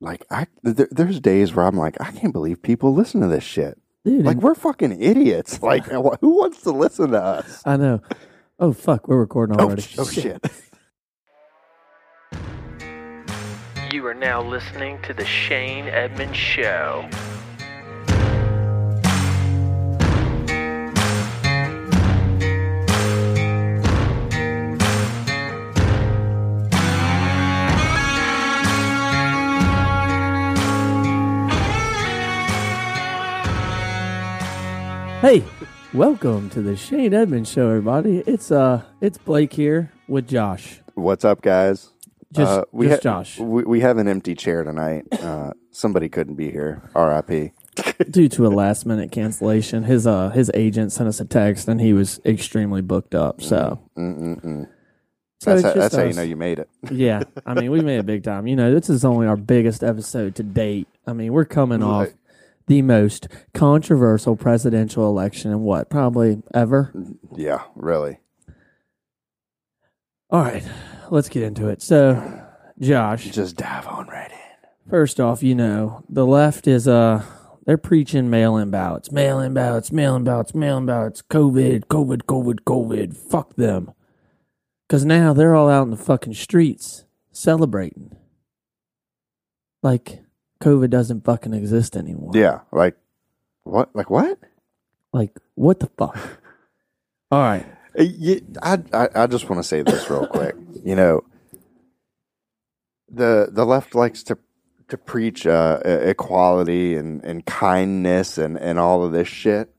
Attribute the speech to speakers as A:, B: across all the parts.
A: Like I, there, there's days where I'm like, I can't believe people listen to this shit.
B: Dude,
A: Like we're fucking idiots. Like who wants to listen to us?
B: I know. Oh fuck, we're recording
A: Oh,
B: already.
A: sh- oh shit.
C: You are now listening to The Shane Edmonds Show.
B: Hey, welcome to the Shane Edmonds show, everybody. It's uh it's Blake here with Josh.
A: What's up, guys?
B: Just,
A: Uh, we
B: just
A: ha-
B: Josh.
A: We, we have an empty chair tonight. Uh, somebody couldn't be here. R.I.P.
B: Due to a last minute cancellation, his uh his agent sent us a text and he was extremely booked up. So,
A: Mm-mm-mm.
B: so
A: Mm-hmm. That's,
B: it's
A: how,
B: just
A: that's how you
B: us.
A: know you made it.
B: yeah, I mean, we made it big time. You know, this is only our biggest episode to date. I mean, we're coming off
A: Right.
B: the most controversial presidential election in what probably ever.
A: Yeah, really.
B: All right, let's get into it. So, Josh,
A: Just dive on right in.
B: First off, you know, the left is uh they're preaching mail in ballots, mail in ballots, mail in ballots, mail in ballots, COVID, COVID, COVID, COVID. Fuck them. Cause now they're all out in the fucking streets celebrating. Like COVID doesn't fucking exist anymore.
A: Yeah, like what? Like what?
B: Like what the fuck? all right.
A: Uh, ye- I, I, I just want to say this real quick. You know, the the left likes to to preach uh, e- equality and, and kindness and, and all of this shit,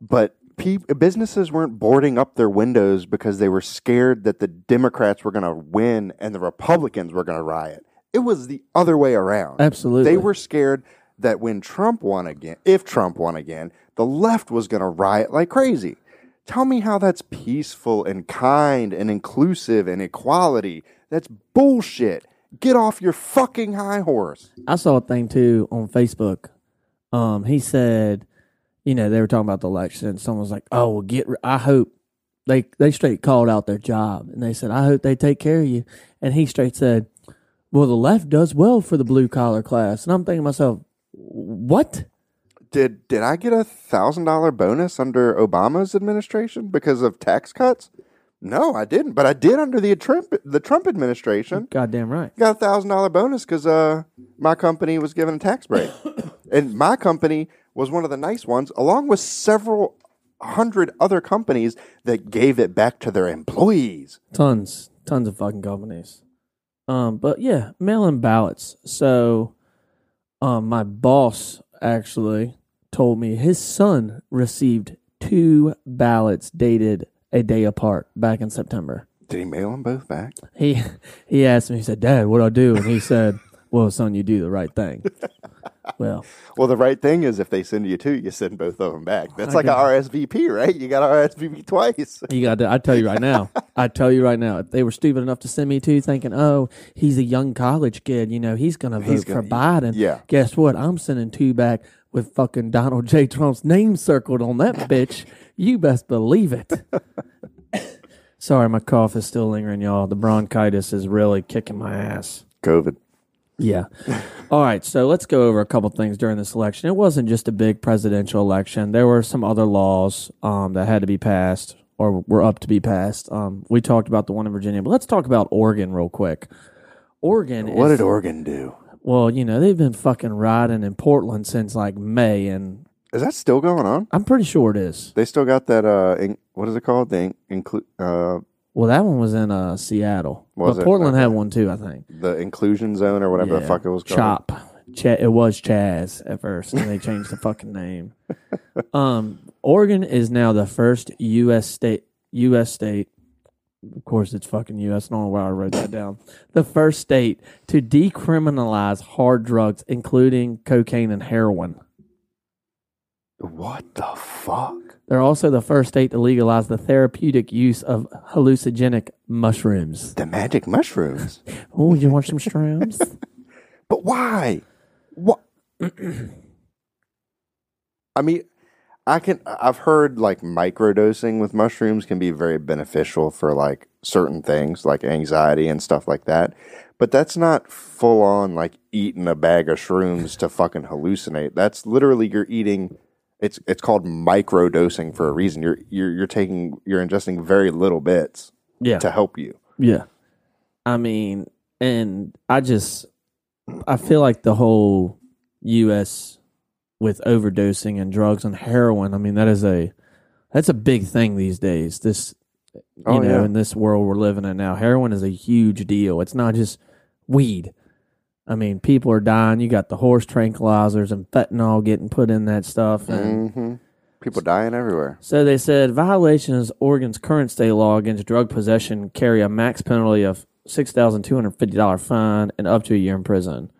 A: but peop businesses weren't boarding up their windows because they were scared that the Democrats were going to win and the Republicans were going to riot. It was the other way around.
B: Absolutely.
A: They were scared that when Trump won again, if Trump won again, the left was going to riot like crazy. Tell me how that's peaceful and kind and inclusive and equality. That's bullshit. Get off your fucking high horse.
B: I saw a thing too on Facebook. Um, he said, you know, they were talking about the election. And someone was like, "Oh, well, get." Re- I hope they they straight called out their job, and they said, "I hope they take care of you." And he straight said, "Well, the left does well for the blue collar class." And I'm thinking to myself, "What?"
A: Did did I get a thousand dollar bonus under Obama's administration because of tax cuts? No, I didn't. But I did under the Trump the Trump administration.
B: Goddamn right.
A: got a thousand dollar bonus because uh, my company was given a tax break, and my company was one of the nice ones, along with several hundred other companies that gave it back to their employees.
B: Tons, tons of fucking companies. Um, but yeah, mail-in ballots. So, um, my boss actually told me his son received two ballots dated a day apart back in September.
A: Did he mail them both back?
B: He he asked me. He said, "Dad, what I do?" And he said, "Well, son, you do the right thing." well,
A: Well, the right thing is if they send you two, you send both of them back. That's
B: I
A: like a
B: got-
A: RSVP, right? You got RSVP twice.
B: You got to, I tell you right now. I tell you right now. If they were stupid enough to send me to thinking, oh, he's a young college kid, you know, he's going to vote
A: He's
B: for
A: gonna-
B: Biden.
A: yeah.
B: Guess what? I'm sending two back with fucking Donald J. Trump's name circled on that bitch. You best believe it. Sorry, my cough is still lingering, y'all. The bronchitis is really kicking my ass.
A: COVID.
B: Yeah. All right. So let's go over a couple things during this election. It wasn't just a big presidential election. There were some other laws um, that had to be passed or were up to be passed. Um, we talked about the one in Virginia, but let's talk about Oregon real quick. Oregon.
A: What
B: is,
A: did Oregon do?
B: well, you know they've been fucking riding in Portland since like May, and
A: Is that still going on?
B: I'm pretty sure it is.
A: They still got that. Uh, in, what is it called? The in, inclu- uh,
B: Well, that one was in uh, Seattle,
A: Was
B: but
A: it?
B: Portland had
A: Okay.
B: one too, I think.
A: the inclusion zone or whatever the
B: Yeah.
A: fuck it was called.
B: Chop. Cha- it was Chaz at first, and they changed the fucking name. Um, Oregon is now the first U.S. state. U.S. state. Of course, it's fucking U.S. I don't know why I wrote that down. The first state to decriminalize hard drugs, including cocaine and heroin.
A: What the fuck?
B: They're also the first state to legalize the therapeutic use of hallucinogenic mushrooms.
A: The magic mushrooms.
B: Oh, you want some shrooms?
A: but why? What? I mean, I can. I've heard like microdosing with mushrooms can be very beneficial for like certain things, like anxiety and stuff like that. But that's not full on like eating a bag of shrooms to fucking hallucinate. That's literally you're eating. It's it's called micro dosing for a reason. You're you're you're taking you're ingesting very little bits
B: Yeah.
A: to help you.
B: Yeah. I mean, and I just I feel like the whole US with overdosing and drugs and heroin, I mean, that is a that's a big thing these days. This you
A: Oh,
B: know,
A: yeah.
B: in this world we're living in now, heroin is a huge deal. It's not just weed. I mean, people are dying. You got the horse tranquilizers and fentanyl getting put in that stuff and
A: hmm People dying everywhere.
B: so they said violations of Oregon's current state law against drug possession carry a max penalty of six thousand two hundred fifty dollar fine and up to a year in prison.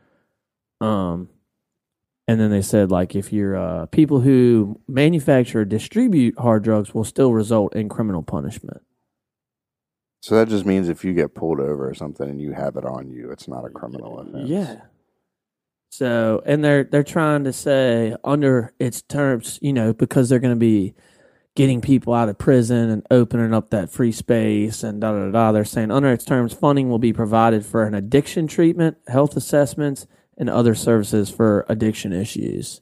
B: Um, and then they said like if you're uh, people who manufacture or distribute hard drugs will still result in criminal punishment.
A: So that just means if you get pulled over or something and you have it on you, it's not a criminal offense.
B: Yeah. So and they're they're trying to say under its terms, you know, because they're going to be getting people out of prison and opening up that free space and da da da, da. They're saying under its terms, funding will be provided for an addiction treatment, health assessments, and other services for addiction issues.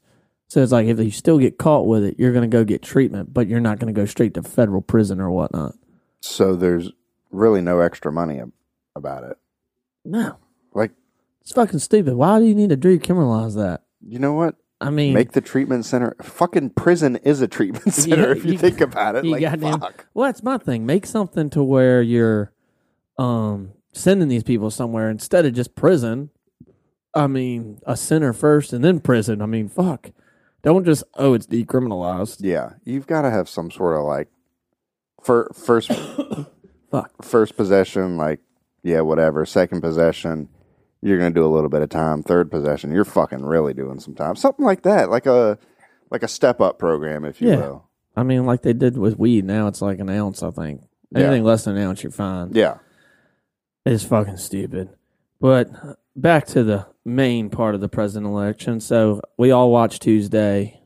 B: So it's like if you still get caught with it, you're going to go get treatment, but you're not going to go straight to federal prison or whatnot.
A: So there's really no extra money ab- about it.
B: No,
A: Like
B: it's fucking stupid. Why do you need to decriminalize that?
A: you know what?
B: I mean,
A: Make the treatment center. Fucking prison is a treatment center
B: Mm. Yeah,
A: if you,
B: you-
A: think about it.
B: you
A: Like
B: goddamn-
A: fuck.
B: Well, that's my thing. Make something to where you're um sending these people somewhere instead of just prison. I mean, a center first and then prison. I mean, fuck. Don't just oh, it's decriminalized.
A: Yeah, you've got to have some sort of like for first
B: Fuck.
A: first possession, like yeah, whatever. Second possession, you're gonna do a little bit of time. Third possession, you're fucking really doing some time. Something like that, like a like a step up program, if you
B: Yeah.
A: will.
B: I mean, like they did with weed. Now it's like an ounce. I think
A: Yeah.
B: anything less than an ounce, you're fine.
A: Yeah.
B: It's fucking stupid. But back to the main part of the president election. So we all watched Tuesday.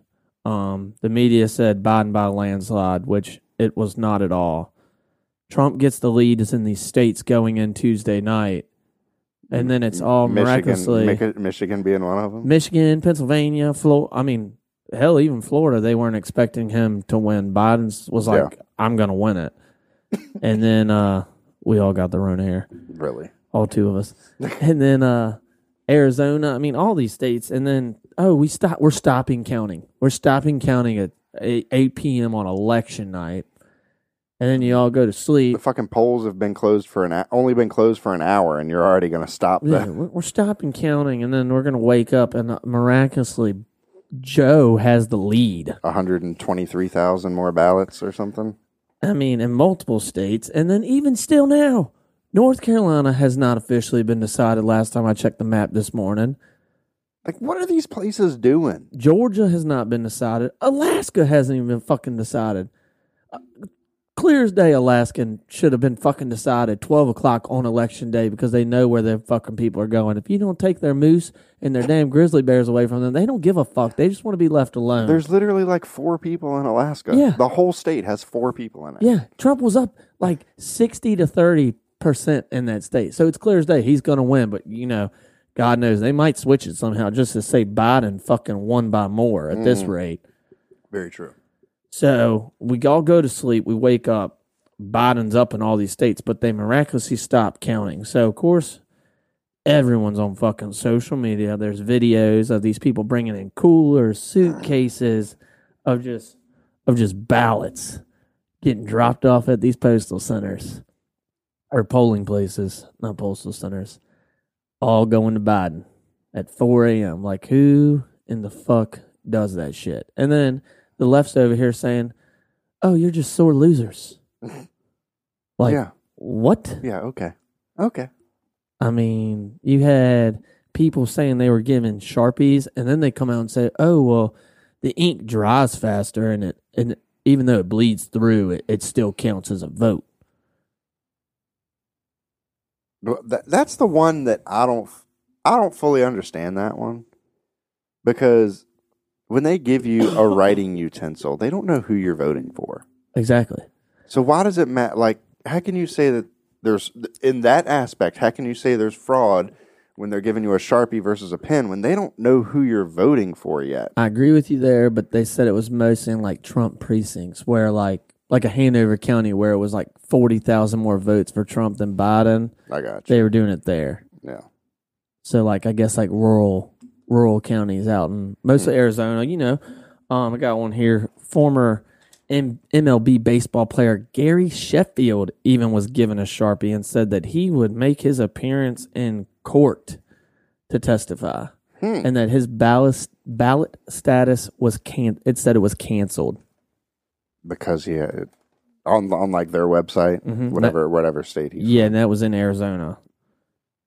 B: Um, the media said Biden by a landslide, which it was not at all. Trump gets the lead is in these states going in Tuesday night. And then it's all miraculously
A: Michi- Michigan being one of them.
B: Michigan, Pennsylvania, Florida. I mean, hell, even Florida, they weren't expecting him to win. Biden's was like, I'm going to win it. and then uh, we all got the Rona here
A: really?
B: all two of us, and then uh, Arizona. I mean, all these states, and then oh, we stop. We're stopping counting. We're stopping counting at eight, 8 p.m. on election night, and then you all go to
A: The
B: sleep.
A: fucking polls have been closed for an hou- only been closed for an hour, and you're already gonna stop
B: Yeah,
A: them.
B: we're, we're stopping counting, and then we're gonna wake up, and uh, miraculously, Joe has the lead.
A: 123,000 more ballots or something.
B: I mean, in multiple states, and then even still now, North Carolina has not officially been decided. Last time I checked the map this morning.
A: Like, what are these places doing?
B: Georgia has not been decided. Alaska hasn't even been fucking decided. Uh, Clear as day, Alaskan should have been fucking decided twelve o'clock on election day because they know where their fucking people are going. If you don't take their moose and their damn grizzly bears away from them, they don't give a fuck. They just want to be left alone.
A: There's literally like four people in Alaska.
B: Yeah.
A: The whole state has four people in it.
B: yeah, Trump was up like sixty to thirty percent in that state, so it's clear as day he's going to win. But you know, God knows they might switch it somehow just to say Biden fucking won by more at this rate.
A: Very true.
B: So we all go to sleep. We wake up. Biden's up in all these states, but they miraculously stop counting. So of course, everyone's on fucking social media. There's videos of these people bringing in coolers, suitcases of just of just ballots getting dropped off at these postal centers or polling places, not postal centers. All going to Biden at 4 a.m. Like, who in the fuck does that shit? And then the left's over here saying, oh, you're just sore losers. Like,
A: yeah.
B: what?
A: Yeah. Okay. Okay.
B: I mean, you had people saying they were given sharpies, and then they come out and say, "Oh, well, the ink dries faster, and it and even though it bleeds through, it, it still counts as a vote."
A: But tha- That's the one that I don't, f- I don't fully understand that one because when they give you a writing utensil, they don't know who you're voting for.
B: Exactly.
A: So why does it matter? Like, how can you say that There's in that aspect. How can you say there's fraud when they're giving you a sharpie versus a pen when they don't know who you're voting for yet?
B: I agree with you there, but they said it was mostly in like Trump precincts where like like a Hanover County where it was like forty thousand more votes for Trump than Biden.
A: I got you.
B: They were doing it there.
A: Yeah.
B: So like I guess like rural rural counties out
A: Hmm.
B: in mostly Arizona, you know. Um I got one here. Former M- MLB baseball player Gary Sheffield even was given a Sharpie and said that he would make his appearance in court to testify
A: Hmm.
B: and that his ballot ballot status was can it said it was canceled.
A: because he had on on like their website, whatever whatever state he's
B: Mm-hmm. Yeah, and that was in Arizona.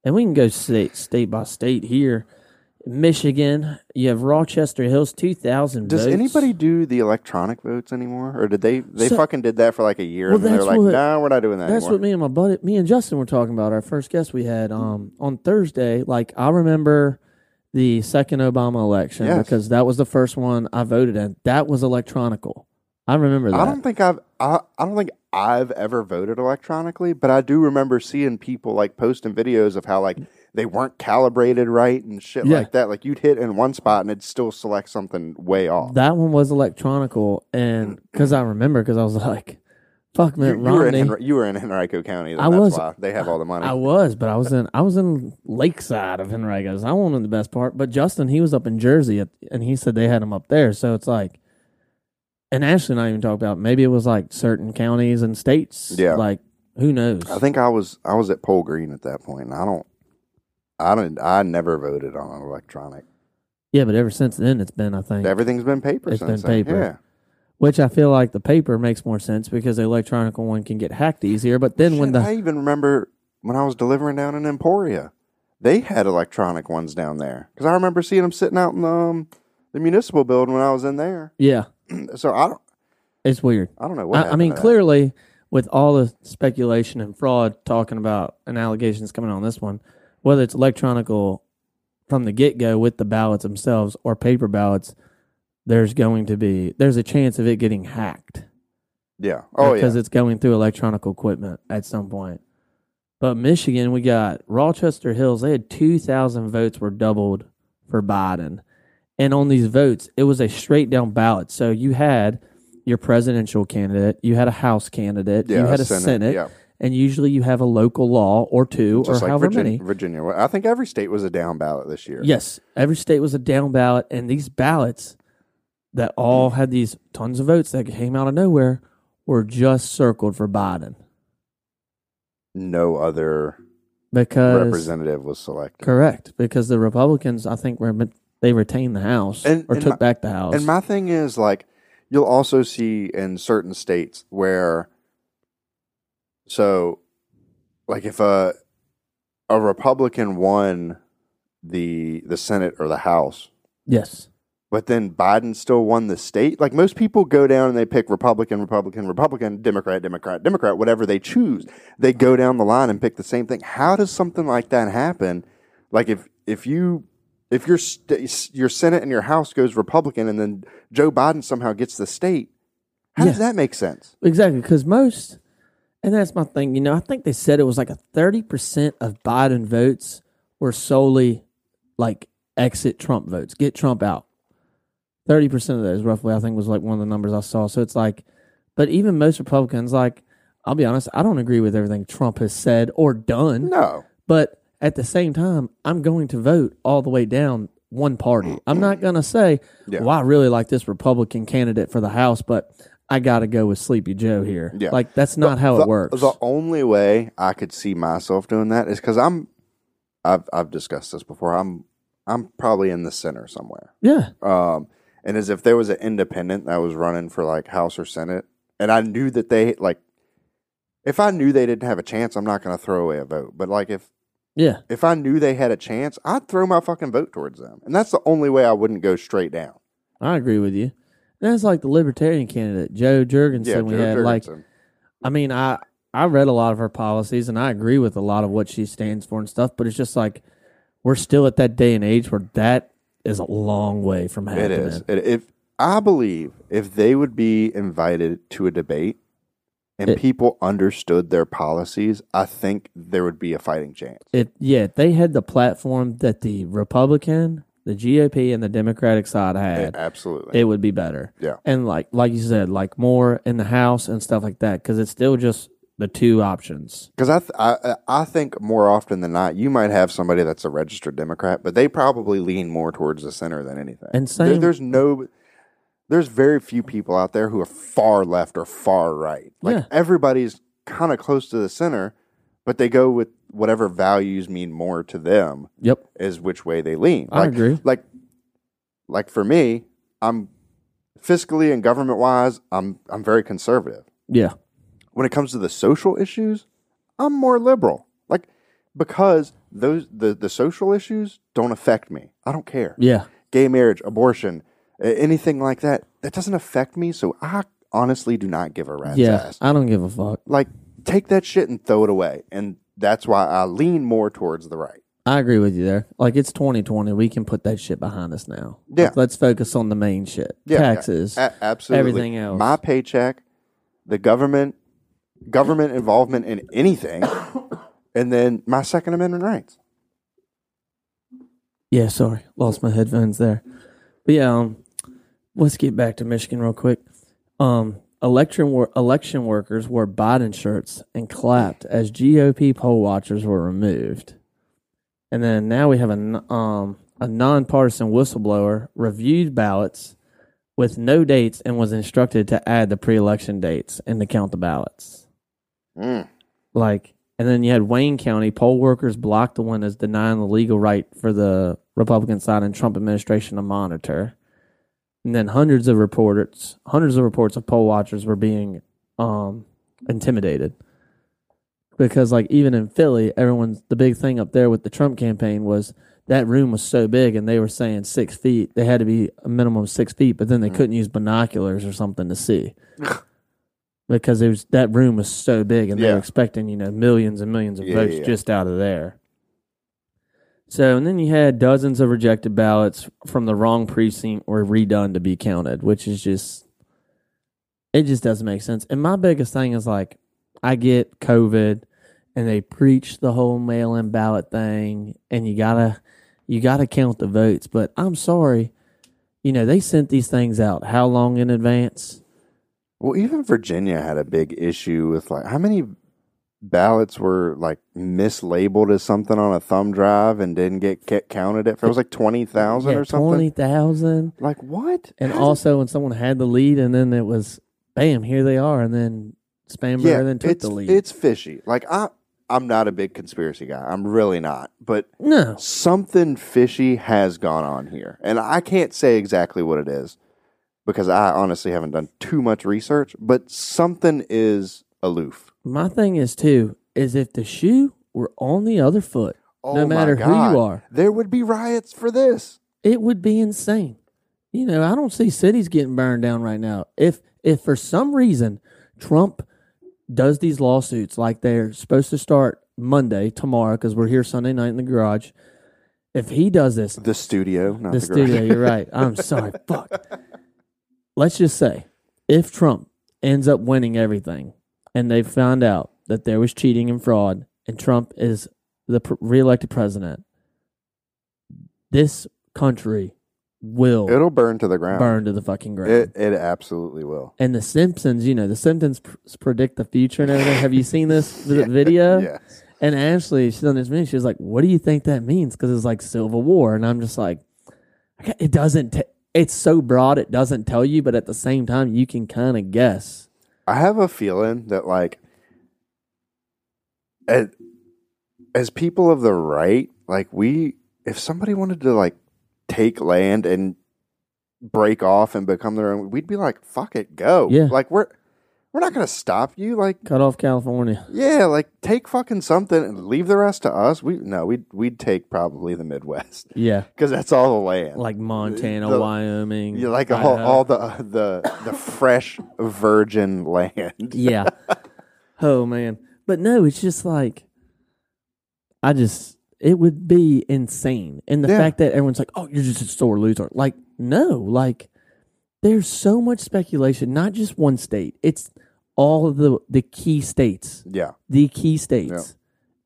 B: And we can go state state by state here. Michigan, you have Rochester Hills, two thousand.
A: Does anybody do the electronic votes anymore, or did they they
B: So-
A: fucking did that for like a year
B: Well,
A: and then they're
B: that's
A: like,
B: what-
A: nah, we're not doing that
B: That's
A: anymore.
B: what me and my buddy, me and Justin were talking about. Our first guest we had um, on Thursday. Like I remember the second Obama election
A: Yes.
B: because that was the first one I voted in. That was electronical. I remember that.
A: I don't think I've I, I don't think I've ever voted electronically, but I do remember seeing people like posting videos of how like they weren't calibrated right and shit
B: Yeah.
A: like that. Like you'd hit in one spot and it'd still select something way off.
B: that one was electronical, and because I remember, because I was like, "Fuck,
A: you,
B: man,
A: you were in
B: Romney."
A: Enri- you were in Enrico County. Then.
B: I
A: That's
B: was-
A: why they have all the money.
B: I was, but I was in I was in Lakeside of Henricus. I wanted the best part, but Justin he was up in Jersey, at, and he said they had him up there. So it's like, and Ashley and I even talked about maybe it was like certain counties and states.
A: Yeah.
B: like who knows?
A: I think I was I was at Pole Green at that point. And I don't I don't I never voted on electronic.
B: yeah, but ever since then it's been I think,
A: Everything's been paper
B: It's been
A: since then.
B: paper.
A: Yeah.
B: which I feel like the paper makes more sense because the electronic one can get hacked easier. But then when
A: Shit,
B: the
A: I even remember when I was delivering down in Emporia, they had electronic ones down there because I remember seeing them sitting out in the, um, the municipal building when I was in there.
B: yeah,
A: So I don't,
B: it's weird.
A: I don't know what.
B: I, I mean,
A: happened to that.
B: clearly, with all the speculation and fraud talking about and allegations coming on this one, whether it's electronical from the get go with the ballots themselves or paper ballots, there's going to be there's a chance of it getting hacked
A: Yeah. Oh yeah.
B: because it's going through electronic equipment at some point. But Michigan, we got Rochester Hills. They had two thousand votes were doubled for Biden, and on these votes, it was a straight down ballot. So you had your presidential candidate, you had a House candidate,
A: Yeah,
B: you had a
A: Senate,
B: Senate,
A: yeah.
B: and usually you have a local law or two
A: Just
B: or
A: like
B: however
A: Virgin-
B: many.
A: Virginia. Well, I think every state was a down ballot this year.
B: Yes, every state was a down ballot, and these ballots that all had these tons of votes that came out of nowhere were just circled for Biden.
A: No other
B: because
A: representative was selected.
B: correct because the Republicans I think were they retained the House
A: And-
B: or
A: and
B: took
A: my-
B: back the House.
A: And my thing is like you'll also see in certain states where so like if a a Republican won the the Senate or the House,
B: yes,
A: but then Biden still won the state. Like most people go down and they pick Republican, Republican, Republican, Democrat, Democrat, Democrat, whatever they choose. They go down the line and pick the same thing. How does something like that happen? Like if if you if your st- your Senate and your House goes Republican and then Joe Biden somehow gets the state, how does that make sense?
B: exactly because most and that's my thing. You know, I think they said it was like a thirty percent of Biden votes were solely like exit Trump votes, get Trump out. Thirty percent of those, roughly, I think was like one of the numbers I saw. So it's like, but even most Republicans, like I'll be honest, I don't agree with everything Trump has said or done.
A: No,
B: But at the same time, I'm going to vote all the way down one party. I'm not going to say,
A: Yeah.
B: well, I really like this Republican candidate for the House, but I got to go with Sleepy Joe here.
A: Yeah.
B: Like, that's not how
A: the,
B: it works.
A: The only way I could see myself doing that is because I'm I've I've discussed this before. I'm I'm probably in the center somewhere.
B: yeah.
A: Um, and as if there was an independent that was running for like House or Senate, and I knew that they like, if I knew they didn't have a chance, I'm not going to throw away a vote. But like if
B: Yeah.
A: if I knew they had a chance, I'd throw my fucking vote towards them, and that's the only way I wouldn't go straight down.
B: I agree with you. And that's like the libertarian candidate, Joe Jurgensen, we
A: Joe
B: had. Like,
A: Jurgensen.
B: I mean, I I read a lot of her policies and I agree with a lot of what she stands for and stuff, but it's just like we're still at that day and age where that is a long way from
A: it
B: happening.
A: is. It, if I believe if they would be invited to a debate, and
B: It-
A: people understood their policies, I think there would be a fighting chance.
B: If yeah, if they had the platform that the Republican, the GOP, and the Democratic side
A: Yeah,
B: had,
A: absolutely.
B: it would be better.
A: Yeah.
B: and like like you said, like more in the House and stuff like that, because it's still just the two options.
A: Because I, th- I I I think more often than not, you might have somebody that's a registered Democrat, but they probably lean more towards the center than anything.
B: And
A: There-
B: same-
A: there's no, there's very few people out there who are far left or far right. Like
B: Yeah.
A: everybody's kind of close to the center, but they go with whatever values mean more to them
B: Yep.
A: is which way they lean.
B: I
A: like,
B: agree.
A: Like, like for me, I'm fiscally and government wise, I'm I'm very conservative
B: Yeah.
A: when it comes to the social issues, I'm more liberal. Like because those the, the social issues don't affect me. I don't care.
B: Yeah.
A: Gay marriage, abortion, a- anything like that, that doesn't affect me, so I honestly do not give a rat's
B: yeah.
A: ass.
B: I don't give a fuck.
A: Like take that shit and throw it away. And that's why I lean more towards the right.
B: I agree with you there. Like it's 2020, we can put that shit behind us now.
A: Yeah.
B: Let's focus on the main shit.
A: Yeah, yeah.
B: Taxes.
A: A- absolutely.
B: everything else.
A: My paycheck, the government government involvement in anything, and then my second amendment rights.
B: Yeah, sorry. Lost my headphones there. But yeah, um, let's get back to Michigan real quick. Um, election wor- election workers wore Biden shirts and clapped as GOP poll watchers were removed. And then now we have a n- um a nonpartisan whistleblower reviewed ballots with no dates and was instructed to add the pre-election dates and to count the ballots.
A: Mm.
B: Like, and then you had Wayne County poll workers blocked the windows, denying the legal right for the Republican side and Trump administration to monitor. And then hundreds of reporters, hundreds of reports of poll watchers were being um, intimidated because, like, even in Philly, everyone's the big thing up there with the Trump campaign was that room was so big, and they were saying six feet. They had to be a minimum of six feet, but then they couldn't use binoculars or something to see because it was that room was so big and they
A: Yeah.
B: were expecting you know millions and millions of
A: Yeah,
B: votes
A: yeah, yeah.
B: just out of there so and then you had dozens of rejected ballots from the wrong precinct were redone to be counted which is just it just doesn't make sense and my biggest thing is like i get covid and they preach the whole mail-in ballot thing and you gotta you gotta count the votes but i'm sorry you know they sent these things out how long in advance
A: Well, even Virginia had a big issue with like how many ballots were like mislabeled as something on a thumb drive and didn't get, get counted. If it was like twenty thousand
B: Yeah,
A: or something,
B: Twenty thousand,
A: like what?
B: and
A: How
B: also when someone had the lead, and then it was, bam, here they are, and then
A: does-
B: Spamberger
A: yeah,
B: then took
A: it's
B: the lead.
A: it's fishy. Like I, I'm not a big conspiracy guy. I'm really not, but
B: no,
A: something fishy has gone on here, and I can't say exactly what it is because I honestly haven't done too much research. But something is aloof.
B: my thing is too is if the shoe were on the other foot,
A: Oh
B: no
A: my
B: matter who
A: God.
B: you are,
A: there would be riots for this.
B: it would be insane. You know, I don't see cities getting burned down right now. If if for some reason Trump does these lawsuits like they're supposed to start Monday tomorrow because we're here Sunday night in the garage, if he does this,
A: The studio, not the,
B: the studio. You're right. I'm sorry. Fuck. Let's just say, if Trump ends up winning everything, and they found out that there was cheating and fraud, and Trump is the pr- reelected president, this country will
A: It'll burn to the ground.
B: burn to the fucking ground.
A: It, it absolutely will.
B: and the Simpsons, you know, the Simpsons pr- predict the future and everything. Have you seen this vi- video?
A: Yes.
B: And Ashley, she's on this meeting. She was like, "What do you think that means?" Because it's like Civil War, and I'm just like, I ca- "It doesn't. T- it's so broad. It doesn't tell you, but at the same time, you can kind of guess."
A: I have a feeling that, like, as, as people of the right, like, we, if somebody wanted to, like, take land and break off and become their own, we'd be like, fuck it, go.
B: Yeah.
A: Like, we're, we're not going to stop you. Like,
B: Cut off California.
A: yeah, like, take fucking something and leave the rest to us. We, no, we'd, we'd take probably the Midwest
B: Yeah,
A: because that's all the land.
B: like Montana,
A: The-
B: Wyoming.
A: You like all,
B: Idaho.
A: all the the the fresh virgin land.
B: yeah. Oh man, but no, it's just like, I just it would be insane, and the
A: Yeah.
B: fact that everyone's like, "Oh, you're just a sore loser." Like, no, like there's so much speculation. Not just one state; it's all of the the key states
A: Yeah.
B: the key states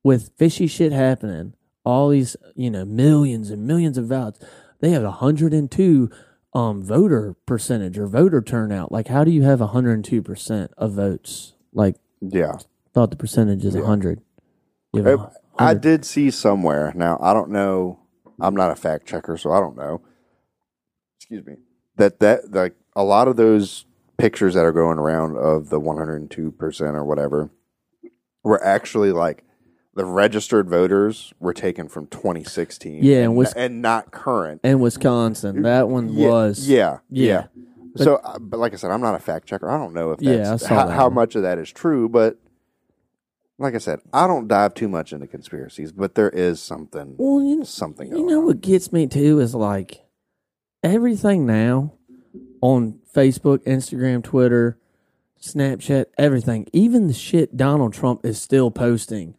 B: with fishy shit happening, all these, you know, millions and millions of ballots. They have 102 um voter percentage or voter turnout. Like how do you have 102% of votes? Like
A: Yeah.
B: thought the percentage is 100. You have a
A: I- Uh, I
B: 100.
A: did see somewhere. Now, I don't know. I'm not a fact checker, so I don't know. Excuse me. That that like a lot of those pictures that are going around of the 102% or whatever were actually like the registered voters were taken from 2016.
B: Yeah, and
A: and,
B: Wis-
A: and not current.
B: and Wisconsin, that one
A: Yeah,
B: was
A: Yeah. Yeah.
B: But-
A: so, uh, but like I said, I'm not a fact checker. I don't know if
B: Yeah,
A: that's
B: I saw
A: how,
B: that
A: how
B: one.
A: much of that is true, but like I said, I don't dive too much into conspiracies, but there is something
B: Well, you,
A: something
B: You
A: going
B: know
A: on.
B: what gets me too is like everything now on Facebook, Instagram, Twitter, Snapchat, everything, even the shit Donald Trump is still posting,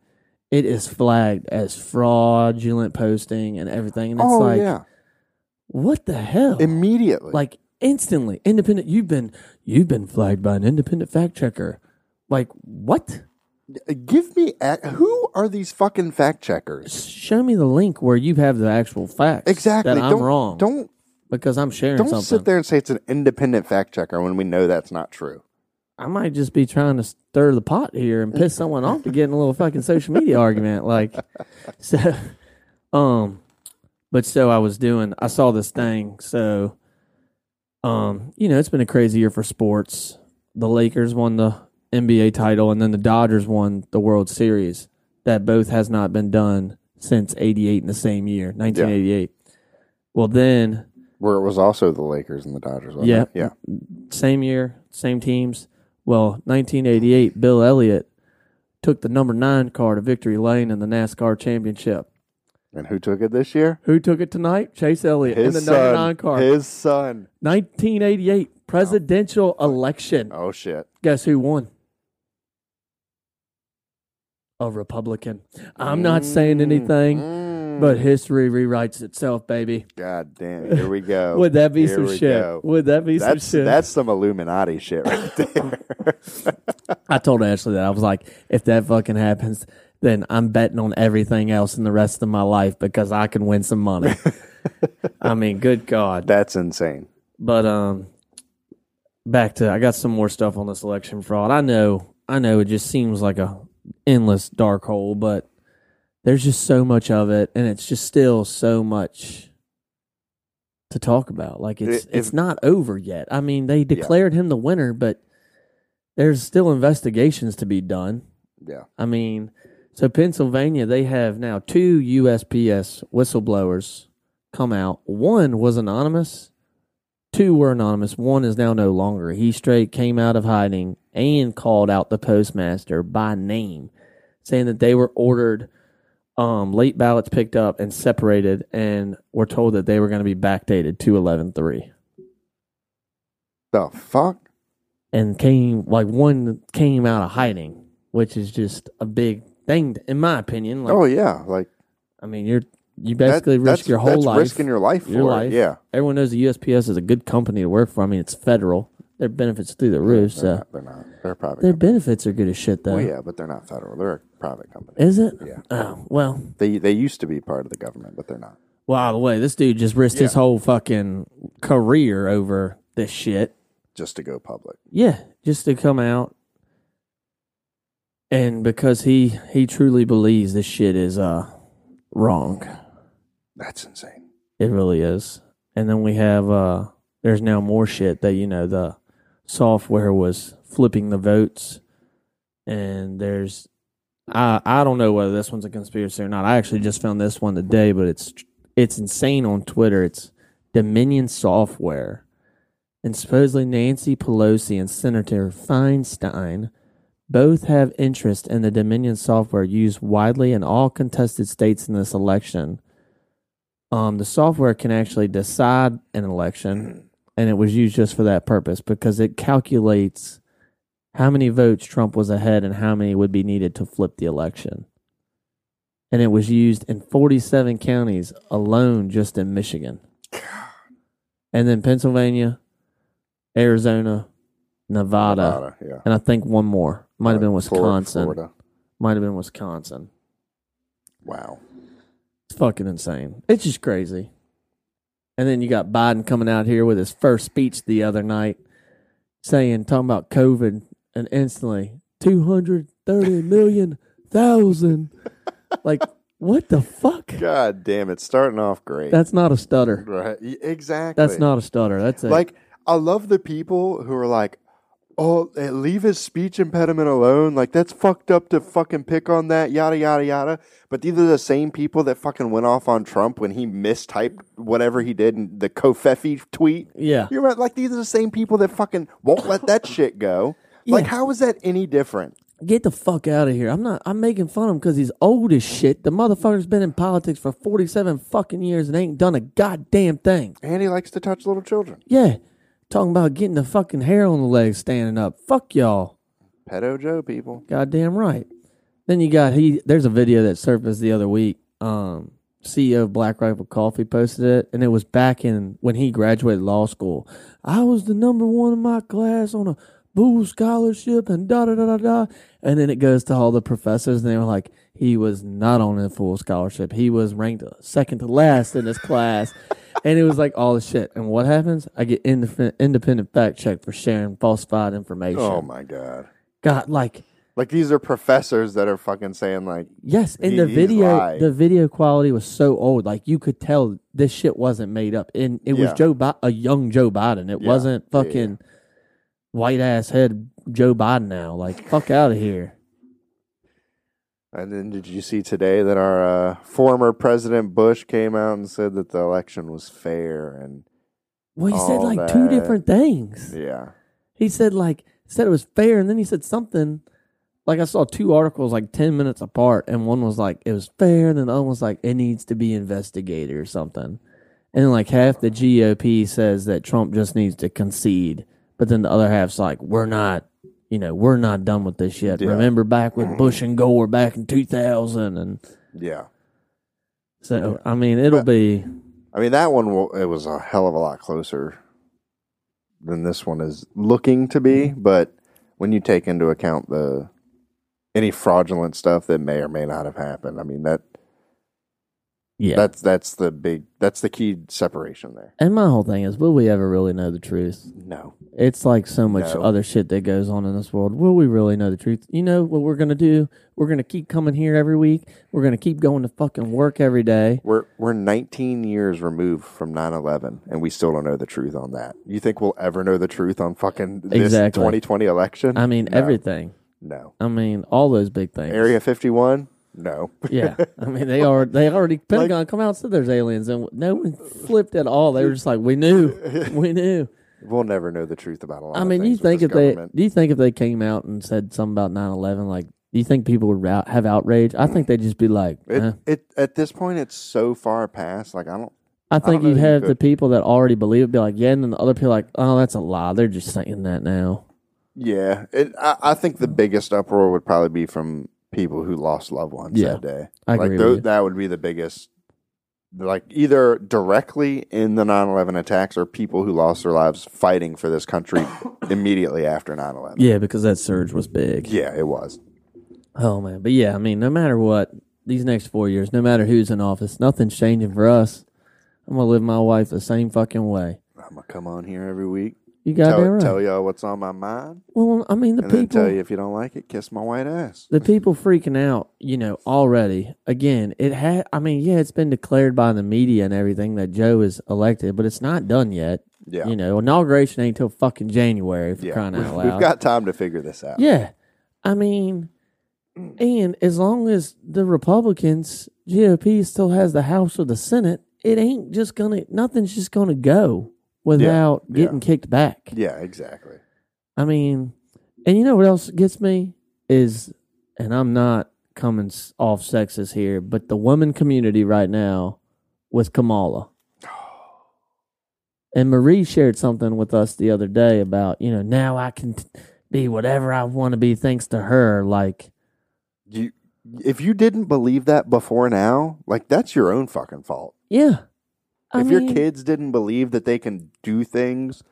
B: it is flagged as fraudulent posting and everything. And it's
A: oh
B: like,
A: yeah,
B: what the hell?
A: immediately.
B: like instantly, independent. You've been you've been flagged by an independent fact checker. Like what?
A: Uh, give me ac who are these fucking fact checkers?
B: Show me the link where you have the actual facts.
A: Exactly.
B: That I'm
A: don't,
B: wrong.
A: Don't
B: because I'm sharing
A: don't
B: something.
A: sit there and say it's an independent fact checker when we know that's not true.
B: I might just be trying to stir the pot here and piss someone off to get in a little fucking social media argument. Like, so, um, but so I was doing, I saw this thing. So, um, you know, it's been a crazy year for sports. The Lakers won the NBA title and then the Dodgers won the World Series. That both has not been done since 88 in the same year, 1988. Well, then
A: Where it was also the Lakers and the Dodgers. wasn't
B: Yeah.
A: it? yeah.
B: same year, same teams. Well, 1988, Bill Elliott took the number nine car to victory lane in the NASCAR championship.
A: And who took it this year?
B: Who took it tonight? Chase Elliott in
A: His
B: the number
A: son.
B: nine car.
A: His son.
B: 1988 presidential election.
A: Oh shit.
B: Guess who won? A Republican. I'm not saying anything,
A: Mm.
B: but history rewrites itself, baby.
A: God damn! Here we go.
B: Would that be
A: Oh, Here
B: some
A: we
B: shit?
A: go.
B: Would that be
A: That's
B: some shit?
A: that's some Illuminati shit right there.
B: I told Ashley that I was like, if that fucking happens, then I'm betting on everything else in the rest of my life because I can win some money. I mean, good God.
A: that's insane.
B: But um back to I got some more stuff on this election fraud. I know I know it just seems like a endless dark hole, but there's just so much of it and it's just still so much to talk about. Like it's
A: It- it-
B: it's not over yet. I mean, they declared him the winner, but there's still investigations to be done.
A: Yeah.
B: I mean, so Pennsylvania, they have now two USPS whistleblowers come out. One was anonymous, two were anonymous, one is now no longer. He straight came out of hiding and called out the postmaster by name, saying that they were ordered um, late ballots picked up and separated and were told that they were going to be backdated to 11 3.
A: The fuck?
B: and came like one came out of hiding, which is just a big thing in my opinion. Like,
A: oh yeah. Like
B: I mean, you're you
A: that-
B: basically risk
A: that's,
B: your whole
A: that's
B: life.
A: risking your life for
B: your
A: it.
B: life.
A: Yeah.
B: Everyone knows the USPS is a good company to work for. I mean, it's federal. Their benefits through the roof.
A: They're
B: So
A: not. They're, not. they're a private.
B: their
A: company.
B: benefits are good as shit, though.
A: Well, yeah, but they're not federal. They're a private company.
B: Is it?
A: Yeah.
B: Oh, well,
A: They they used to be part of the government, but they're not.
B: wow. The way this dude just risked his
A: Yeah.
B: whole fucking career over this shit.
A: Just to go public.
B: Yeah, just to come out. And because he he truly believes this shit is uh wrong.
A: That's insane.
B: It really is. And then we have uh there's now more shit that you know the software was flipping the votes and there's I I don't know whether this one's a conspiracy or not. I actually just found this one today, but it's it's insane on Twitter. It's Dominion Software. And supposedly Nancy Pelosi and Senator Feinstein both have interest in the Dominion software used widely in all contested states in this election um, the software can actually decide an election, and it was used just for that purpose because it calculates how many votes Trump was ahead and how many would be needed to flip the election. And it was used in 47 counties alone just in Michigan. And then Pennsylvania, Arizona, Nevada,
A: Nevada, yeah.
B: and I think one more might have been
A: Uh, Flor-
B: Wisconsin.
A: Florida.
B: Might have been Wisconsin.
A: Wow.
B: It's fucking insane. It's just crazy. And then you got Biden coming out here with his first speech the other night, saying talking about COVID, and instantly two hundred thirty million thousand. like what the fuck?
A: God damn it. Starting off great.
B: That's not a stutter.
A: right. Y- Exactly.
B: That's not a stutter. That's a,
A: like I love the people who are like, "Oh, eh, leave his speech impediment alone. Like that's fucked up to fucking pick on that. Yada yada yada." But these are the same people that fucking went off on Trump when he mistyped whatever he did in the Kofefi tweet.
B: yeah.
A: You're right. Like these are the same people that fucking won't let that shit go. Like
B: Yeah.
A: how is that any different?
B: Get the fuck out of here. I'm not I'm making fun of him because he's old as shit. The motherfucker's been in politics for forty seven fucking years and ain't done a goddamn thing.
A: And he likes to touch little children.
B: Yeah. Talking about getting the fucking hair on the legs standing up. Fuck y'all.
A: Pedo Joe people.
B: Goddamn right. Then you got he there's a video that surfaced the other week. Um CEO of Black Rifle Coffee posted it and it was back in when he graduated law school. I was the number one in my class on a Bull scholarship and da da da da da and then it goes to all the professors and they were like he was not on a full scholarship. He was ranked second to last in his class. And it was like all the shit. And what happens? I get indef- independent fact check for sharing falsified information.
A: Oh my god.
B: God, like
A: Like these are professors that are fucking saying like,
B: Yes, and
A: He-
B: the
A: he's
B: video
A: lied.
B: the video quality was so old, like you could tell this shit wasn't made up. And it was
A: Yeah.
B: Joe Bi- a young Joe Biden. It
A: Yeah,
B: wasn't
A: yeah, yeah.
B: fucking white ass head Joe Biden now. Like fuck out of here.
A: And then did you see today that our uh, former President Bush came out and said that the election was fair and
B: Well, he said
A: All
B: like two
A: that.
B: different things.
A: yeah.
B: He said like said it was fair, and then he said something like I saw two articles like ten minutes apart, and one was like it was fair, and then the other was like it needs to be investigated or something. And like half the GOP says that Trump just needs to concede, but then the other half's like we're not, you know, we're not done with this yet.
A: Yeah.
B: Remember back with Bush and Gore back in two thousand, and
A: Yeah.
B: so I mean it'll be
A: I mean that one wa- it was a hell of a lot closer than this one is looking to be, but when you take into account the any fraudulent stuff that may or may not have happened, I mean that
B: yeah.
A: that's that's the big that's the key separation there.
B: and my whole thing is, will we ever really know the truth?
A: No.
B: It's like so much
A: No.
B: other shit that goes on in this world. Will we really know the truth? You know what we're gonna do? We're gonna keep coming here every week. We're gonna keep going to fucking work every day.
A: We're we're 19 years removed from 9/11, and we still don't know the truth on that. You think we'll ever know the truth on fucking this
B: Exactly.
A: 2020 election?
B: I mean
A: No.
B: everything.
A: No.
B: I mean all those big things.
A: Area 51? No.
B: Yeah. I mean they are they already Pentagon come out and said there's aliens and no one flipped at all. They were just like we knew, we knew.
A: We'll never know the truth about a lot.
B: I
A: of
B: mean, you
A: things with
B: think
A: this
B: if they
A: government.
B: do you think if they came out and said something about 9-11, like do you think people would rou- have outrage? I think they'd just be like,
A: it,
B: eh.
A: it at this point it's so far past. Like I don't.
B: I think
A: know
B: you'd
A: that you
B: have the
A: could.
B: people that already believe it be like, yeah, and then the other people like, oh, that's a lie. They're just saying that now.
A: Yeah, it, I, I think the biggest uproar would probably be from people who lost loved ones
B: Yeah.
A: that day.
B: I
A: like
B: agree
A: tho-
B: with you.
A: that would be the biggest. Like either directly in the 9/11 attacks or people who lost their lives fighting for this country immediately after 9/11.
B: Yeah, because that surge was big.
A: Yeah, it was.
B: Oh man, but yeah, I mean, no matter what, these next four years, no matter who's in office, nothing's changing for us. I'm gonna live my life the same fucking way.
A: I'm gonna come on here every week,
B: You got that
A: tell,
B: right.
A: tell y'all what's on my mind,
B: Well, I mean, the
A: and then
B: people.
A: tell you if you don't like it, kiss my white ass.
B: the people freaking out, you know, already. Again, it had. I mean, yeah, it's been declared by the media and everything that Joe is elected, but it's not done yet.
A: Yeah.
B: You know, inauguration ain't till fucking January. If you're crying out loud,
A: We've got time to figure this out.
B: Yeah. I mean, and as long as the Republicans, GOP still has the House or the Senate, it ain't just going to, nothing's just going to go without
A: yeah.
B: getting kicked back.
A: Yeah, exactly.
B: I mean, and you know what else gets me is, and I'm not coming s- off sexist here, but the woman community right now with Kamala. And Marie shared something with us the other day about, you know, now I can t- be whatever I want to be thanks to her. Like,
A: You, if you didn't believe that before now, like that's your own fucking fault.
B: yeah. I
A: if
B: mean,
A: your kids didn't believe that they can do things,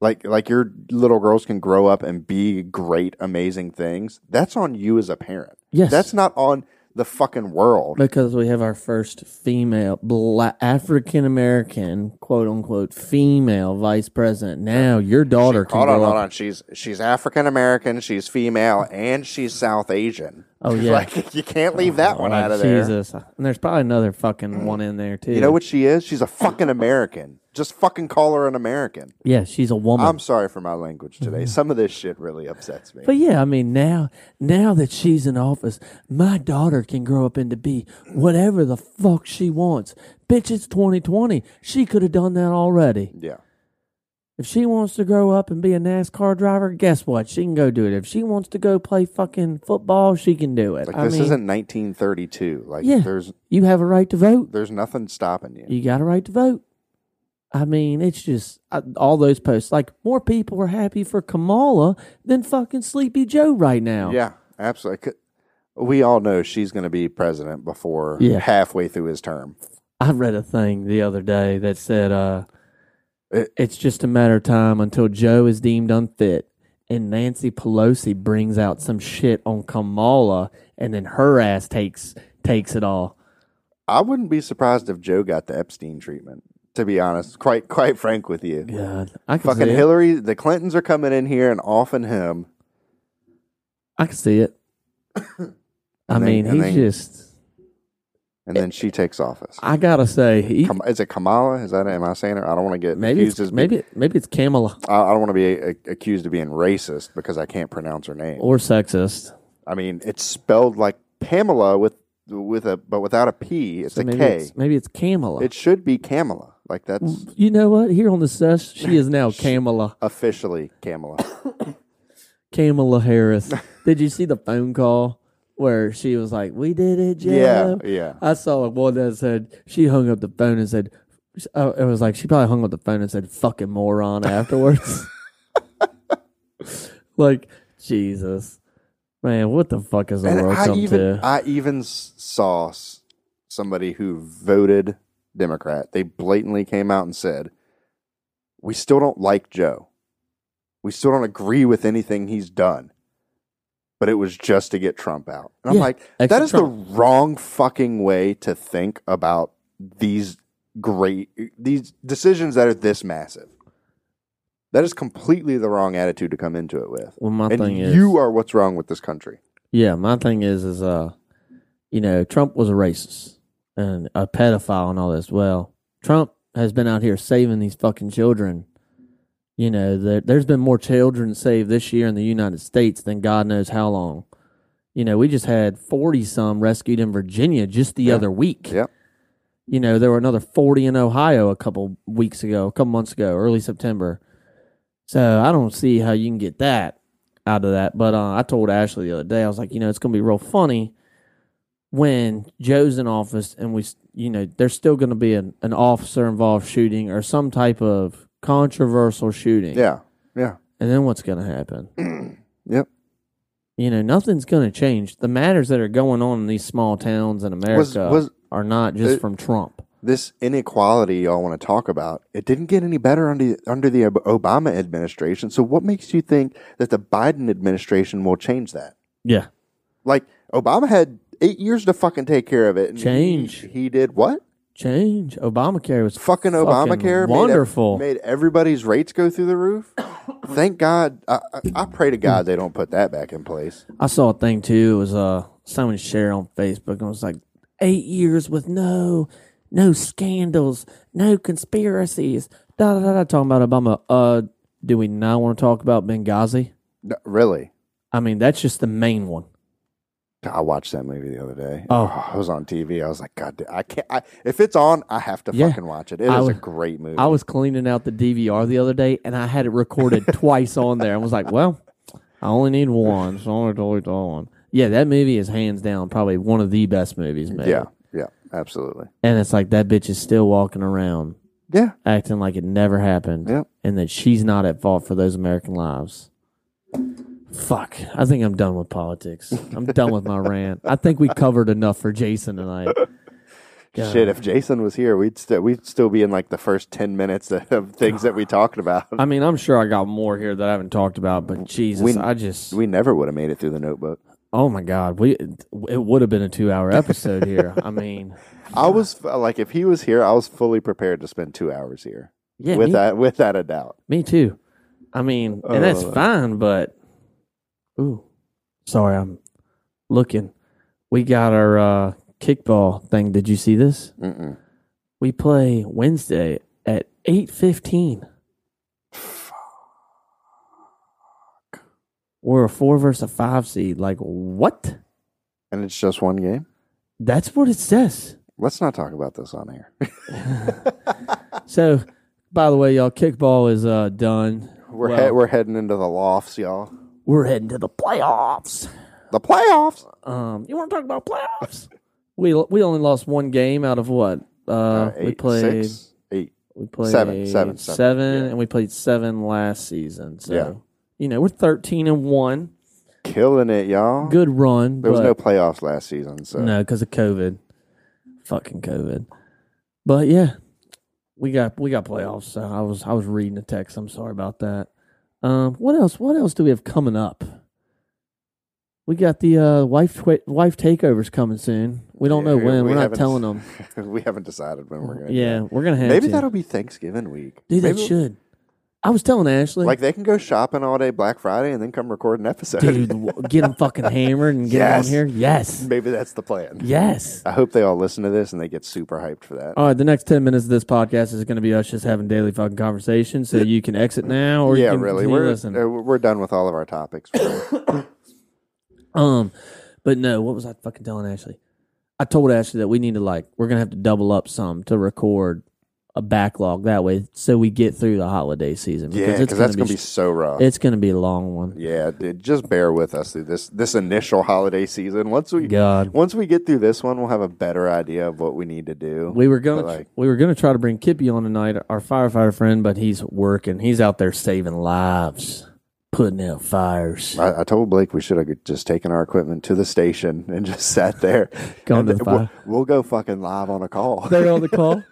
A: like like your little girls can grow up and be great, amazing things. That's on you as a parent.
B: Yes.
A: That's not on the fucking world.
B: Because we have our first female, black, African American, quote unquote, female vice president. Now your daughter can
A: hold on,
B: grow
A: hold
B: up-
A: on. She's she's African American, she's female, and she's South Asian.
B: Oh, yeah. Oh,
A: like you can't leave that one out of there.
B: Jesus. And there's probably another fucking one in there too.
A: You know what she is? She's a fucking American. Just fucking call her an American.
B: Yeah, she's a woman.
A: I'm sorry for my language today. Some of this shit really upsets me.
B: Hmm. but yeah, I mean now now that she's in office, my daughter can grow up into be whatever the fuck she wants. Bitch, it's 2020. She could have done that already.
A: yeah.
B: If she wants to grow up and be a NASCAR driver, guess what? She can go do it. If she wants to go play fucking football, she can do it.
A: Like
B: I
A: this
B: mean,
A: isn't 1932. Like
B: Yeah.
A: there's
B: you have a right to vote.
A: there's nothing stopping you.
B: You got a right to vote. I mean, it's just I, all those posts. Like more people are happy for Kamala than fucking Sleepy Joe right now.
A: Yeah, absolutely. C- We all know she's going to be president before
B: Yeah.
A: halfway through his term.
B: I read a thing the other day that said uh,
A: It-
B: it's just a matter of time until Joe is deemed unfit and Nancy Pelosi brings out some shit on Kamala and then her ass takes takes it all.
A: I wouldn't be surprised if Joe got the Epstein treatment. To be honest, quite quite frank with you,
B: God, I can
A: fucking
B: see it.
A: Hillary, the Clintons are coming in here and offing him.
B: I can see it. I
A: And then-
B: mean,
A: and
B: he's
A: then-
B: just.
A: and then she takes office.
B: Eh, I gotta say, he,
A: Kam- is it Kamala? Is that am I saying her? I don't want to get
B: maybe
A: accused
B: it's,
A: as
B: maybe maybe it's Kamala
A: I, I don't want to be a, accused of being racist because I can't pronounce her name.
B: or sexist.
A: I mean, it's spelled like Pamela with with a but without a P. It's
B: So
A: a
B: maybe
A: K.
B: it's Mm. maybe it's Kamala.
A: It should be Kamala. Like that's
B: you know what? Here on the sesh, she is now Kamala
A: officially Kamala.
B: Kamala Harris. Did you see the phone call where she was like, "We did it,
A: yeah,
B: Joe"?
A: yeah.
B: I saw one that said she hung up the phone and said, uh, "It was like she probably hung up the phone and said fucking moron afterwards." like Jesus, man, what the fuck is the
A: And
B: world
A: I
B: come
A: even
B: to?
A: I even s- saw s- somebody who voted Democrat. They blatantly came out and said, "We still don't like Joe. We still don't agree with anything he's done." But it was just to get Trump out. And I'm
B: Yeah,
A: like,
B: exit
A: that is
B: Trump.
A: the wrong fucking way to think about these great these decisions that are this massive. That is completely the wrong attitude to come into it with.
B: well, my
A: and
B: thing is,
A: you are what's wrong with this country.
B: Yeah, my thing is is uh you know, Trump was a racist and a pedophile and all this. Well, Trump has been out here saving these fucking children. You know, there, there's been more children saved this year in the United States than God knows how long. You know, we just had 40 some rescued in Virginia just the other week.
A: Yep.
B: You know, there were another 40 in Ohio a couple weeks ago, a couple months ago, early September. So I don't see how you can get that out of that. But uh, I told Ashley the other day, I was like, you know, it's going to be real funny when Joe's in office and we, s- you know, there's still going to be an, an officer involved shooting or some type of controversial shooting.
A: Yeah. Yeah.
B: And then what's going to happen?
A: Yep.
B: You know, nothing's going to change. The matters that are going on in these small towns in America
A: was-
B: are not just
A: it-
B: from Trump.
A: This inequality y'all want to talk about, it didn't get any better under under the Ob- Obama administration. So what makes you think that the Biden administration will change that?
B: Yeah.
A: Like Obama had 8 years to fucking take care of it. and he-
B: Change.
A: He, did what?
B: Change. Obamacare was
A: Fucking Obamacare made ev-
B: wonderful.
A: Made, everybody's rates go through the roof. Thank God. I, I, I pray to God they don't put that back in place.
B: I saw a thing too. It was uh someone shared on Facebook and it was like eight years with no no scandals, no conspiracies. Da da da. da talking about Obama. Uh, do we not want to talk about Benghazi?
A: No, really.
B: I mean, that's just the main one.
A: I watched that movie the other day.
B: Oh.
A: I was on TV. I was like, God, damn, I can't. I, if it's on, I have to
B: Yeah.
A: fucking watch it. It is
B: I
A: a
B: was-
A: great movie.
B: I was cleaning out the DVR the other day and I had it recorded twice on there. I was like, well, I only need one, so I only delete that one. Yeah, that movie is hands down probably one of the best movies made.
A: yeah, yeah, absolutely.
B: and it's like that bitch is still walking around
A: Yeah,
B: acting like it never happened
A: Yep.
B: and that she's not at fault for those American lives. Fuck. I think I'm done with politics. I'm done with my rant. I think we covered enough for Jason tonight. God.
A: Shit, if Jason was here, we'd still we'd still be in like the first ten minutes of things that we talked about.
B: I mean, I'm sure I got more here that I haven't talked about, but Jesus,
A: we-
B: I just
A: We never would have made it through the notebook.
B: oh my God, we it would have been a two hour episode here. I mean,
A: I was like, if he was here, I was fully prepared to spend two hours here
B: yeah,
A: with
B: me,
A: that without a doubt.
B: me too. I mean, and that's
A: Uh.
B: fine, but ooh, sorry, I'm looking. We got our uh, kickball thing. Did you see this?
A: Mm-mm.
B: We play Wednesday at eight fifteen. We're a four versus a five seed. Like what?
A: And it's just one game.
B: That's what it says.
A: Let's not talk about this on air.
B: So, by the way, y'all, kickball is uh, done.
A: We're
B: Well-
A: he- we're heading into the lofts, y'all.
B: We're heading to the playoffs.
A: The playoffs.
B: Um, you want to talk about playoffs? we we only lost one game out of what? Uh,
A: Uh,
B: we
A: eight,
B: played
A: six, eight.
B: we played
A: seven, seven, seven,
B: seven,
A: yeah.
B: and we played seven last season. So
A: Yeah.
B: you know we're thirteen and one.
A: killing it, y'all.
B: Good run.
A: There was
B: but-
A: no playoffs last season, so
B: No, because of COVID. Fucking COVID. But yeah, we got we got playoffs. So I was I was reading the text. I'm sorry about that. Um, what else? What else do we have coming up? We got the uh, wife twi- wife takeovers coming soon. We don't know
A: Yeah,
B: when.
A: we
B: We're not
A: haven't-
B: telling them.
A: we haven't decided when we're gonna. do
B: Yeah,
A: it.
B: we're gonna have
A: maybe
B: to.
A: that'll be Thanksgiving week.
B: Dude,
A: maybe,
B: they should. I was telling Ashley,
A: Like they can go shopping all day Black Friday and then come record an episode.
B: dude, w- get them fucking hammered and get 'em
A: Yes.
B: on here. Yes,
A: maybe that's the plan.
B: yes.
A: I hope they all listen to this and they get super hyped for that.
B: All right, the next 10 minutes of this podcast is going to be us just having daily fucking conversations. So you can exit now or you
A: yeah,
B: can
A: really.
B: continue
A: We're
B: listening.
A: uh, we're done with all of our topics.
B: Um, but no, what was I fucking telling Ashley? I told Ashley that we need to, like, we're going to have to double up some to record a backlog that way so we get through the holiday season.
A: yeah, because
B: gonna
A: that's gonna be so rough.
B: It's going to be a long one.
A: yeah, dude, just bear with us through this this initial holiday season. Once we
B: God.
A: once we get through this one, we'll have a better idea of what we need to do.
B: We were going
A: But, like-
B: to we were going to try to bring Kippy on tonight, our firefighter friend, but he's working. He's out there saving lives, putting out fires.
A: I, I told Blake we should have just taken our equipment to the station and just sat there.
B: Gone
A: And
B: to
A: th-
B: the fire.
A: We'll, we'll go fucking live on a call.
B: they're on the call.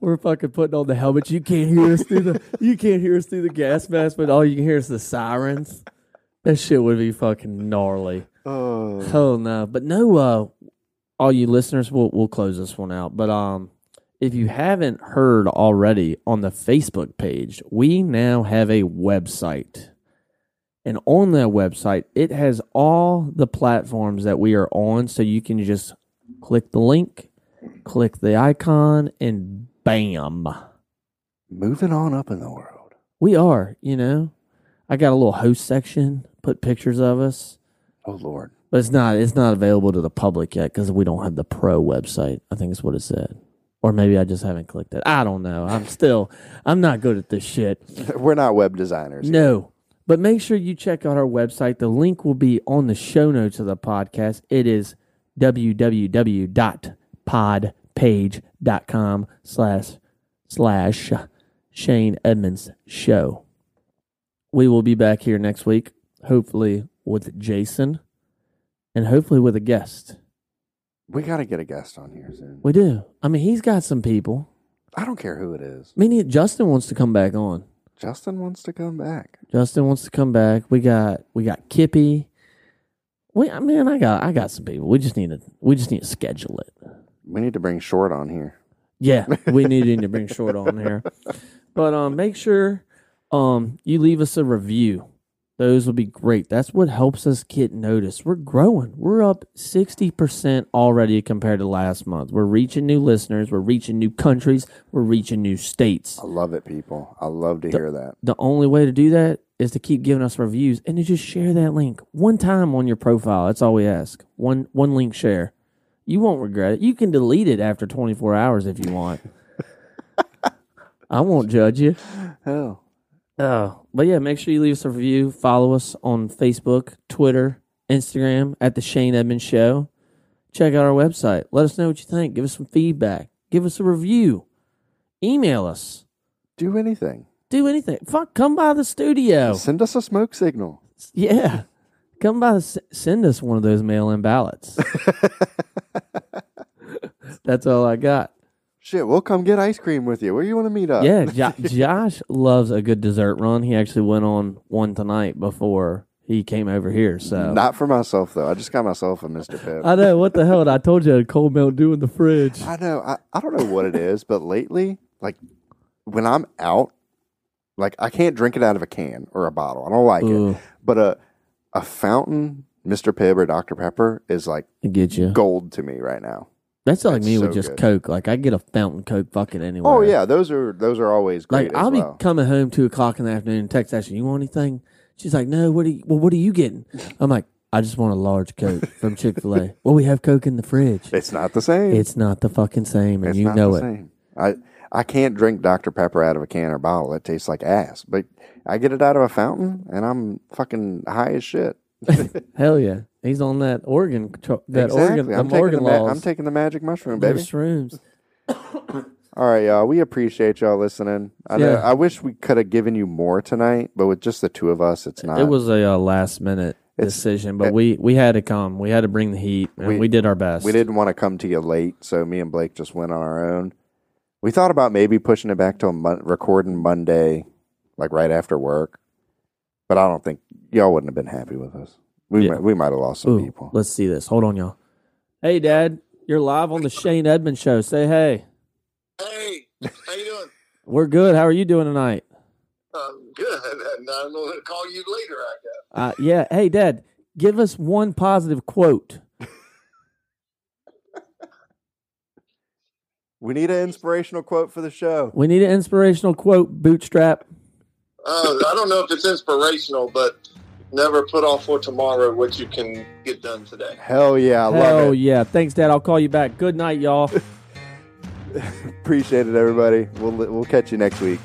B: We're fucking putting on the helmets. You can't hear us through the you can't hear us through the gas mask, but all you can hear is the sirens. That shit would be fucking gnarly.
A: Oh.
B: Hell no. But no, uh all you listeners, we'll we'll close this one out. But um if you haven't heard already on the Facebook page, we now have a website. And on that website, it has all the platforms that we are on. So you can just click the link, click the icon, and bam.
A: Moving on up in the world.
B: We are, you know. I got a little host section, put pictures of us.
A: Oh Lord,
B: But it's not it's not available to the public yet because we don't have the pro website. I think is what it said, or maybe I just haven't clicked it. I don't know. I'm still I'm not good at this shit.
A: we're not web designers.
B: No, but make sure you check out our website. The link will be on the show notes of the podcast. It is www.podpage.com slash slash Shane Edmonds show. We will be back here next week, hopefully with Jason and hopefully with a guest.
A: We got to get a guest on here soon.
B: We do. I mean, he's got some people.
A: I don't care who it is.
B: I mean, he- Justin wants to come back on.
A: Justin wants to come back.
B: Justin wants to come back. We got we got Kippy. We I mean I got I got some people. We just need to we just need to schedule it.
A: We need to bring Short on here.
B: Yeah, we need to bring Short on here. But um, make sure um you leave us a review. Those would be great. That's what helps us get noticed. We're growing. We're up sixty percent already compared to last month. We're reaching new listeners. We're reaching new countries. We're reaching new states.
A: I love it, people. I love to hear that.
B: The only way to do that is to keep giving us reviews and to just share that link one time on your profile. That's all we ask. One one link share. You won't regret it. You can delete it after 24 hours if you want. I won't judge you.
A: Oh,
B: Oh, but yeah, make sure you leave us a review. Follow us on Facebook, Twitter, Instagram at the Shane Edmonds Show. Check out our website. Let us know what you think. Give us some feedback. Give us a review. Email us.
A: do anything.
B: Do anything. Fuck, come by the studio.
A: Send us a smoke signal.
B: Yeah. Come by, s- send us one of those mail in ballots. That's all I got.
A: Shit, we'll come get ice cream with you. Where you want to meet up?
B: Yeah, jo- Josh loves a good dessert run. He actually went on one tonight before he came over here. So
A: Not for myself though. I just got myself a Mr. Pibb.
B: I know what the hell. I told you I had cold milk dew in the fridge.
A: I know. I, I don't know what it is, but lately, like when I'm out, like I can't drink it out of a can or a bottle. I don't like
B: Ooh.
A: it. But a a fountain, Mr. Pibb or Dr. Pepper, is like
B: I get you.
A: gold to me right now.
B: That's like
A: That's
B: me with
A: so
B: just
A: good.
B: Coke. Like I get a fountain Coke bucket anywhere.
A: Oh yeah, those are those are always great.
B: Like I'll
A: as well.
B: be coming home two o'clock in the afternoon and text Ashley, "You want anything?" She's like, "No." What are you? Well, what are you getting? I'm like, "I just want a large Coke from Chick Fil A." well, we have Coke in the fridge.
A: It's not the same.
B: It's not the fucking same, and
A: It's
B: you
A: not
B: know
A: the
B: it.
A: same. I I can't drink Dr Pepper out of a can or bottle. It tastes like ass. But I get it out of a fountain, and I'm fucking high as shit.
B: Hell yeah, he's on that Oregon. Control, that Oregon.
A: I'm,
B: them
A: taking
B: Oregon
A: the ma-
B: laws.
A: I'm taking the magic mushroom,
B: They're
A: baby.
B: shrooms.
A: All right, y'all. We appreciate y'all listening. I know,
B: Yeah.
A: I wish we could have given you more tonight, but with just the two of us, it's not.
B: It was a uh, last minute
A: It's-
B: decision, but we we had to come. We had to bring the heat, and
A: We-
B: we, did our best.
A: We didn't want to come to you late, so me and Blake just went on our own. We thought about maybe pushing it back to a mon- recording Monday, like right after work, but I don't think y'all wouldn't have been happy with us. We
B: Yeah.
A: might, we might have lost some
B: Ooh,
A: people.
B: let's see this. Hold on, y'all. Hey, Dad, you're live on the Shane Edmund show. Say hey.
D: Hey, how you doing?
B: We're good. How are you doing tonight?
D: Um, good. And I'm going to call you later, I guess.
B: Uh, yeah. Hey, Dad, give us one positive quote.
A: We need an inspirational quote for the show.
B: We need an inspirational quote, Bootstrap.
D: Uh, I don't know if it's inspirational, but never put off for tomorrow what you can get done today.
A: Hell yeah, I
B: Hell
A: love it.
B: yeah. Thanks, Dad. I'll call you back. Good night, y'all.
A: Appreciate it, everybody. We'll we'll catch you next week.